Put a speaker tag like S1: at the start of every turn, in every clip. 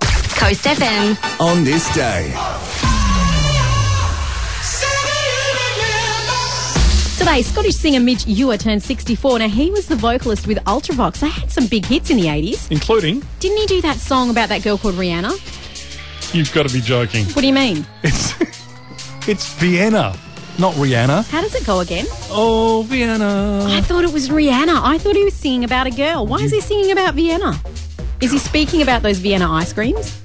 S1: Coast FM.
S2: on this day.
S1: Today, Scottish singer Midge Ewer turned 64. Now, he was the vocalist with Ultravox. They had some big hits in the 80s.
S3: including
S1: Didn't he do that song about that girl called Rihanna?
S3: you've got to be joking.
S1: What do you mean?
S3: It's it's Vienna, not Rihanna.
S1: How does it go again?
S3: Oh, Vienna.
S1: I thought it was Rihanna. I thought he was singing about a girl. Why is he singing about Vienna? Is he speaking about those Vienna ice creams?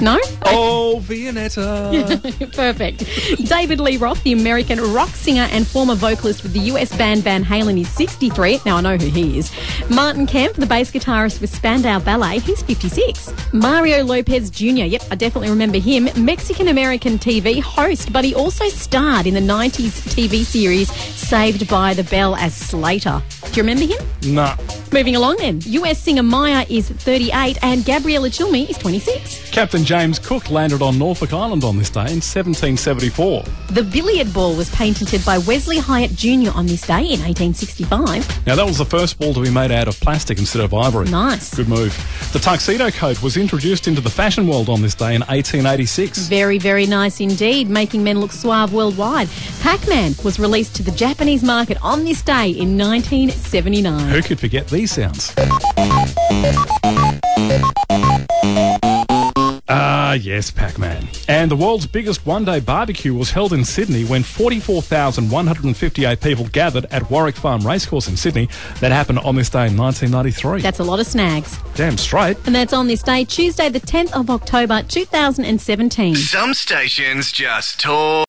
S1: No?
S3: Oh, Viennetta.
S1: Perfect. David Lee Roth, the American rock singer and former vocalist with the US band Van Halen, is 63. Now I know who he is. Martin Kemp, the bass guitarist with Spandau Ballet, he's 56. Mario Lopez Jr., yep, I definitely remember him. Mexican American TV host, but he also starred in the 90s TV series Saved by the Bell as Slater. Do you remember him?
S3: nah.
S1: Moving along then. US singer Maya is 38 and Gabriella Chilmi is 26.
S3: Captain James Cook landed on Norfolk Island on this day in 1774.
S1: The billiard ball was patented by Wesley Hyatt Jr. on this day in 1865.
S3: Now, that was the first ball to be made out of plastic instead of ivory.
S1: Nice.
S3: Good move. The tuxedo coat was introduced into the fashion world on this day in 1886.
S1: Very, very nice indeed, making men look suave worldwide. Pac Man was released to the Japanese market on this day in 1979.
S3: Who could forget these sounds? Ah, yes, Pac Man. And the world's biggest one day barbecue was held in Sydney when 44,158 people gathered at Warwick Farm Racecourse in Sydney. That happened on this day in 1993.
S1: That's a lot of snags.
S3: Damn straight.
S1: And that's on this day, Tuesday, the 10th of October, 2017.
S2: Some stations just talk.